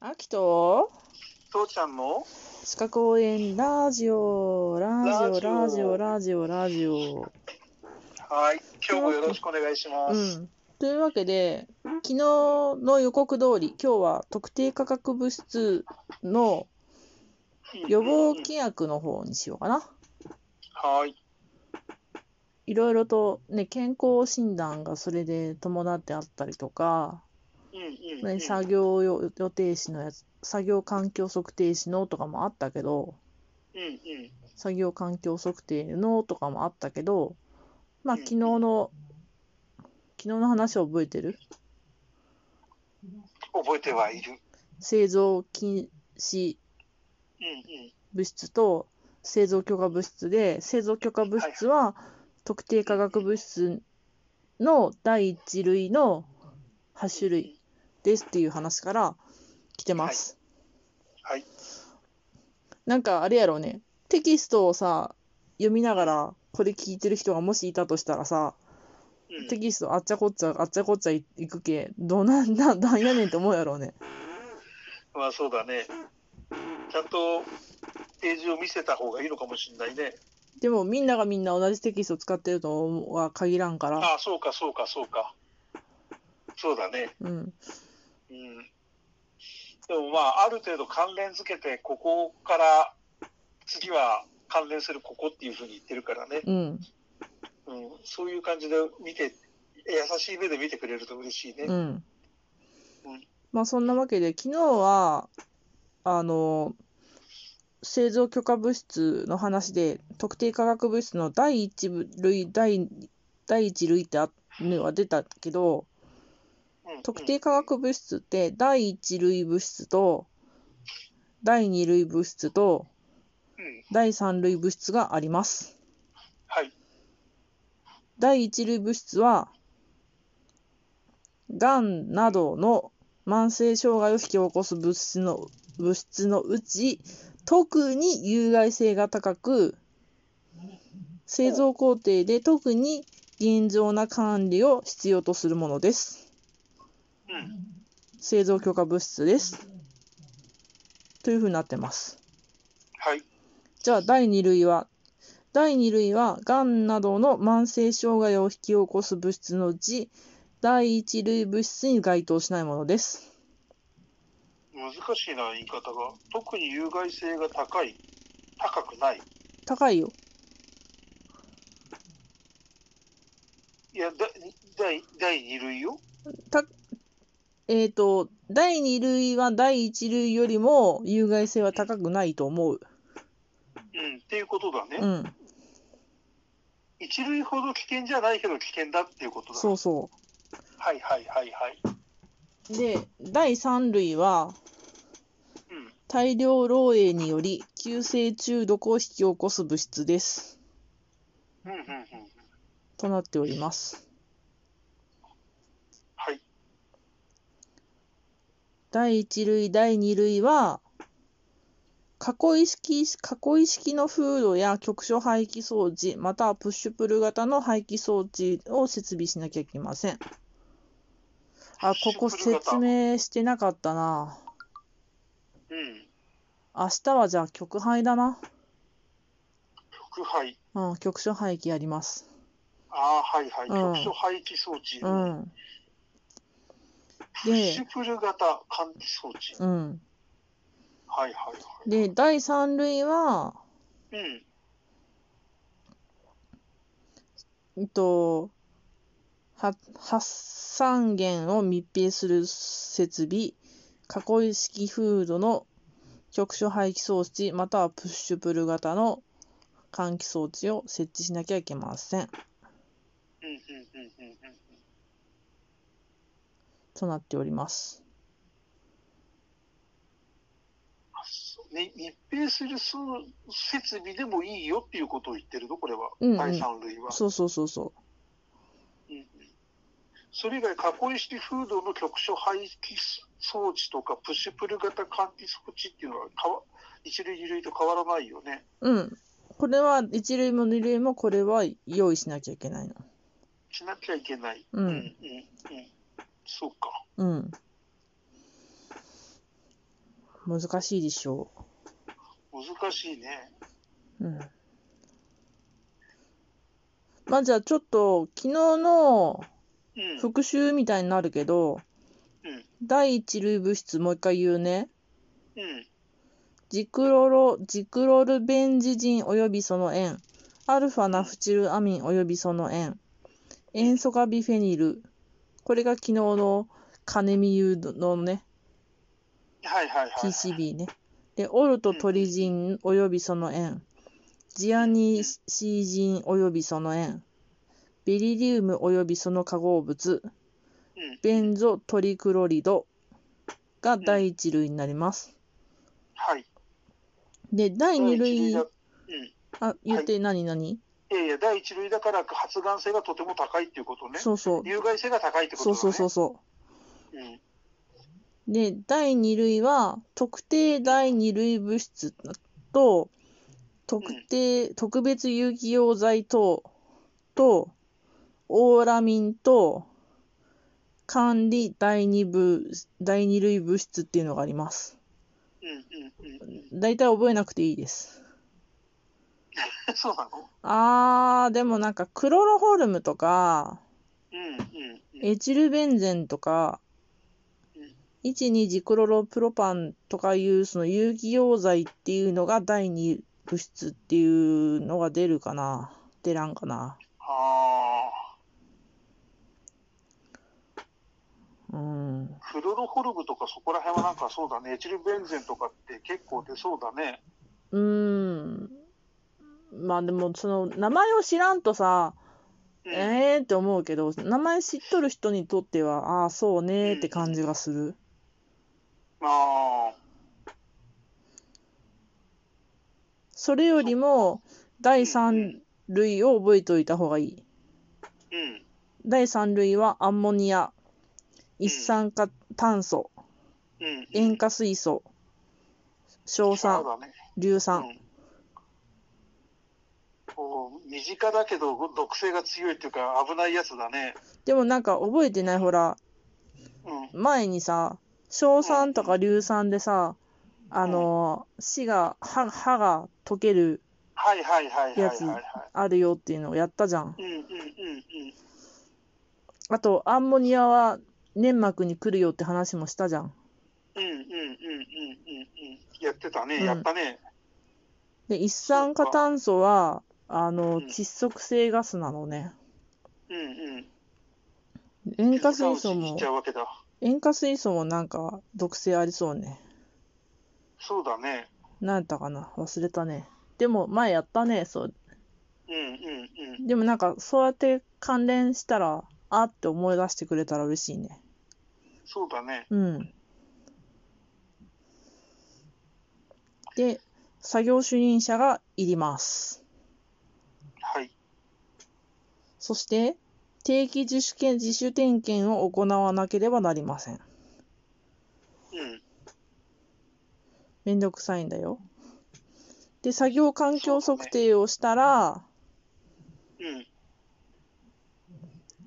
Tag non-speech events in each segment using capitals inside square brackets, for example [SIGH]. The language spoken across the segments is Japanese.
アキト父ちゃんの四角応援ラジオ、ラジオ、ララジジオ、オラジオ、ラジオ。はい。今日もよろしくお願いしまうす。ん。というわけで、昨日の予告通り、今日は特定化学物質の予防うん規約の方にしようかな。はい。いろいろとね、健康診断がそれで伴ってあったりとか、うんうんうんね、作業予予定士のやつ、作業環境測定士のとかもあったけど、うんうん作業環境測定のとかもあったけど、まあうん昨日の、昨日の話を覚えてる覚えてはいる。製造禁止うん物質と製造許可物質で、製造許可物質は特定化学物質の第一類の8種類ですっていう話から来てます。はいはいなんかあれやろうね、テキストをさ、読みながらこれ聞いてる人がもしいたとしたらさ、うんうん。テキストあっちゃこっちゃあっちゃこっちゃいくけどなんななんやねんって思うやろうねまあそうだね。ちゃんとページを見せた方がいいのかもしれないね。でもみんながみんな同じテキスト使ってるとは限らんから、ああ、そうかそうかそうか。そうだね。うん、うん。でもまあ、ある程度関連付けて、ここから次は関連するここっていうふうに言ってるからね。うんうん。そういう感じで見て、優しい目で見てくれると嬉しいね。うんまあそんなわけで昨日はあの製造許可物質の話で特定化学物質の第一部類第第一類ってあのが出たけどうん特定化学物質って第一類物質と第二類物質とうん、第三類物質があります。はい。第一類物質は、がんなどの慢性障害を引き起こす物質の物質のうち、特に有害性が高く、製造工程で特に厳重な管理を必要とするものです。うん。製造許可物質です。というふうになってます。はい。じゃあ第2類は第2類はがんなどの慢性障害を引き起こす物質のうち第1類物質に該当しないものです。難しいな、言い方が。特に有害性が高い。高くない。高いよ。いや、だ第第2類よ。えっ、と、第2類は第1類よりも有害性は高くないと思う。うん。っていうことだね。うん、一類ほど危険じゃないけど危険だっていうことだ。そうそはいはいはいはい。う。で、第3類はうん。大量漏洩により急性中毒を引き起こす物質です。うんうんうん。となっております。はい。第1類、第2類は、囲い式、囲い式のフードや局所排気装置、またはプッシュプル型の排気装置を設備しなきゃいけません。あ、ここプッシュプル型説明してなかったな。うん。明日はじゃあ局配だな。副肺。うん、局所排気やります。ああ、はいはい。うん局所排気装置。うプん、ッシュプル型換気装置。うん。はいはいはい。で、第3類は、うん。うんと、は発散源を密閉する設備、囲い式フードの局所排気装置、またはプッシュプル型の換気装置を設置しなきゃいけません。うんうんうんうんうんうん。となっております。ね、密閉するそう設備でもいいよっていうことを言ってるの、これは、うんうん第三類は。そうそうそうそうんうんそれ以外、囲い式フードの局所排気装置とか、プッシュプル型換気装置っていうのは変わ、一類、二類と変わらないよね。う。うん。これは1類も2類もこれは用意しなきゃいけないの。しなきゃいけない。うんうん、うんそうか。うん。難しいでしょ難しいね。う。うん。まあじゃあちょっと、昨日のうん。復習みたいになるけど、うん第一類物質もう一回言うね。うん。ジクロロ、ジクロルベンジジンおよびその塩。アルファナフチルアミンおよびその塩。塩素化ビフェニル。これが昨日のカネミユのね、はいはいはい。 PCB ね。で、オルトトリジンおよびその塩。ジアニシージンおよびその塩。ベリリウムおよびその化合物。うん。ベンゾトリクロリドが第一類になります。はい。で、第二第一類だ、うん。あ、言って何何、いやいや、第一類だから発がん性がとても高いっていうことね。そうそう。有害性が高いってことそだうね。そうそううそん。う。で、第二類は、特定第二類物質と、特定、特別有機溶剤等と、オーラミンと、管理第二部、第二類物質っていうのがあります。うんうんうん [LAUGHS] だいたい覚えなくていいです。うん。そうなのあー、でもなんか、クロロホルムとか、うんうんうん。エチルベンゼンとかうん、 12ジクロロプロパンとかいうその有機溶剤っていうのが第二物質っていうのが出るかな出らんかなあうん。あ、クロロホルムとかそこら辺はなんかそうだね。エチルベンゼンとかって結構出そうだね。うーん。まあでもその名前を知らんとさ、うん、えーって思うけど、名前知っとる人にとっては、ああー、そうねーって感じがする。ああ、それよりも、第三類を覚えておいた方がいい。うん。第3類はアンモニア、一酸化炭素、うん。塩化水素、硝そう酸、だね。硫う酸。ん。こう身近だけど毒性が強いっていうか危ないやつだね。でもなんか覚えてないほら、うん。前にさ、硝酸とか硫酸でさ、あのー、死が、歯歯が溶ける、はいはいはいはいやはい、つはい。あるよっていうのをやったじゃん。うんうんうんうん。あと、アンモニアは粘膜に来るよって話もしたじゃん。うんうんうんうんうんうん。やってたね、うんやったね。で、一酸化炭素は、あのうー、ん窒息性ガスなのね。うんうん。塩化水素気づかうちにもしちゃ。うわけだ。塩化水素もなんか毒性ありそうね。そうだね。なんやったかな忘れたね。でも前やったね。そう。うんうんうん。でもなんかそうやって関連したら、あって思い出してくれたら嬉しいね。そうだね。うん。で、作業主任者がいります。はい。そして、定期自主検自主点検を行わなければなりません。うん。めんどくさいんだよ。で、作業環境測定をしたら、うん。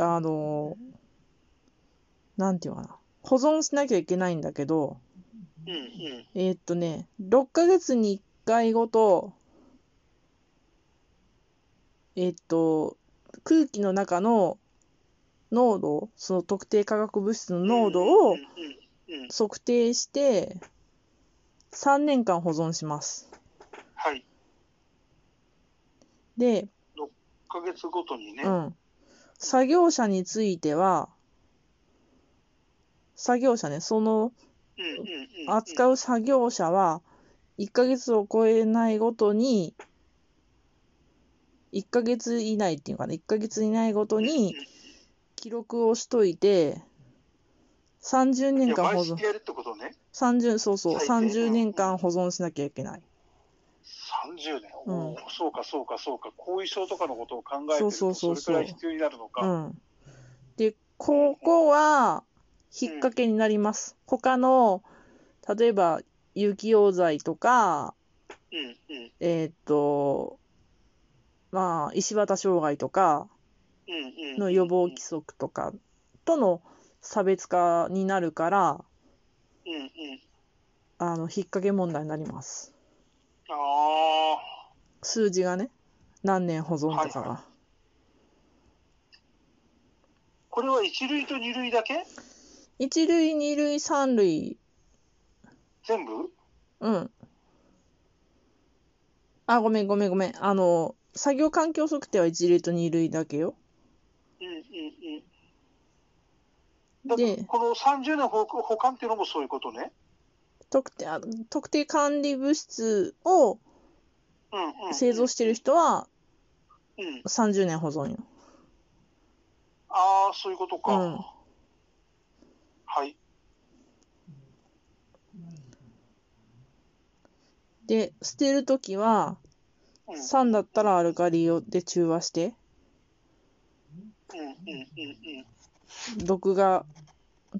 あの、なんていうのかな。保存しなきゃいけないんだけど、うんうん。えーっとね、6ヶ月に1回ごと、えーっと、空気の中の濃度、その特定化学物質の濃度うをんうんうん。測定して、3年間保存します。はい。で、 1ヶ月ごとにね。ううんん。作業者については、作業者ね、そのうんうん。扱う作業者は、1ヶ月を超えないごとに、1ヶ月以内っていうかね、1ヶ月以内ごとに記録をしといて、30うん。い年や間保毎存、月やるってことね。 30、そうそう、最低30年間保存しなきゃいけない。 30年。うんおーそうかそうかそうか。後遺症とかのことを考えてそうるそうとそそうれそくうらい必要になるのうか。ん。で、ここは、引っ掛けになります。他の、例えば、有機溶剤とか、うんうんえーっと、まあ、石渡障害とか、うんうん。の予防規則とかとの差別化になるから、うんうん。ああの、引っ掛け問題になります。ああ。数字がね、何年保存とかはいが。これは一塁と二塁だけ一塁、二塁、三塁、全部うん。あ、ごめんごめんごめん。あの、作業環境測定は一類と二類だけよ。うんうんうん。だからで、この30年保保管っていうのもそういうことね。特定、あ特定管理物質をうんうん。製造してる人はうん。 30年保存よ。ああ、そういうことか。うんはい。で、捨てるときは、うんうん酸だったらアルカリをで中和して、うんうん毒が、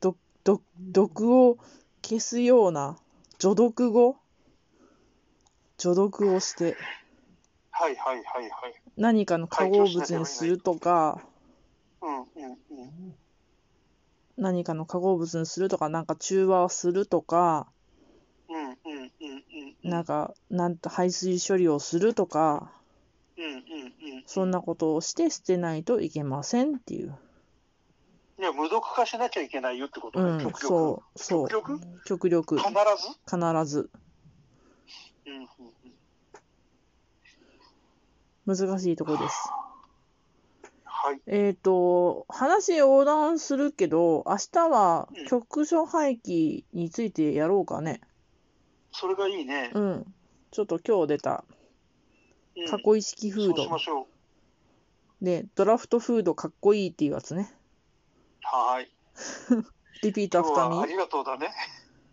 毒、毒、毒を消すような除毒後、除毒をして、はいはいはいはい。何かの化合物にするとか、うんうんうん。何かの化合物にするとか、なんか中和をするとか、うんうんうんうんうん。なんか、なんと排水処理をするとか、うんうんうん。そんなことをして捨てないといけませんっていう。いや、無毒化しなきゃいけないよってことうね、ん、極力。そう、そう極、力必極力、必ず、ず。うんうんうん、難しいとこです。はい。えっ、と、話横断するけど、明日はうん局所廃棄についてやろうかね。それがいいね。うん。ちょっと今日出た、うんかっこいい式フーそうしまド。しょう。で、ドラフトフードかっこいいっていうやつね。はい。リピート今アフター日ミはあー。りがとうだね。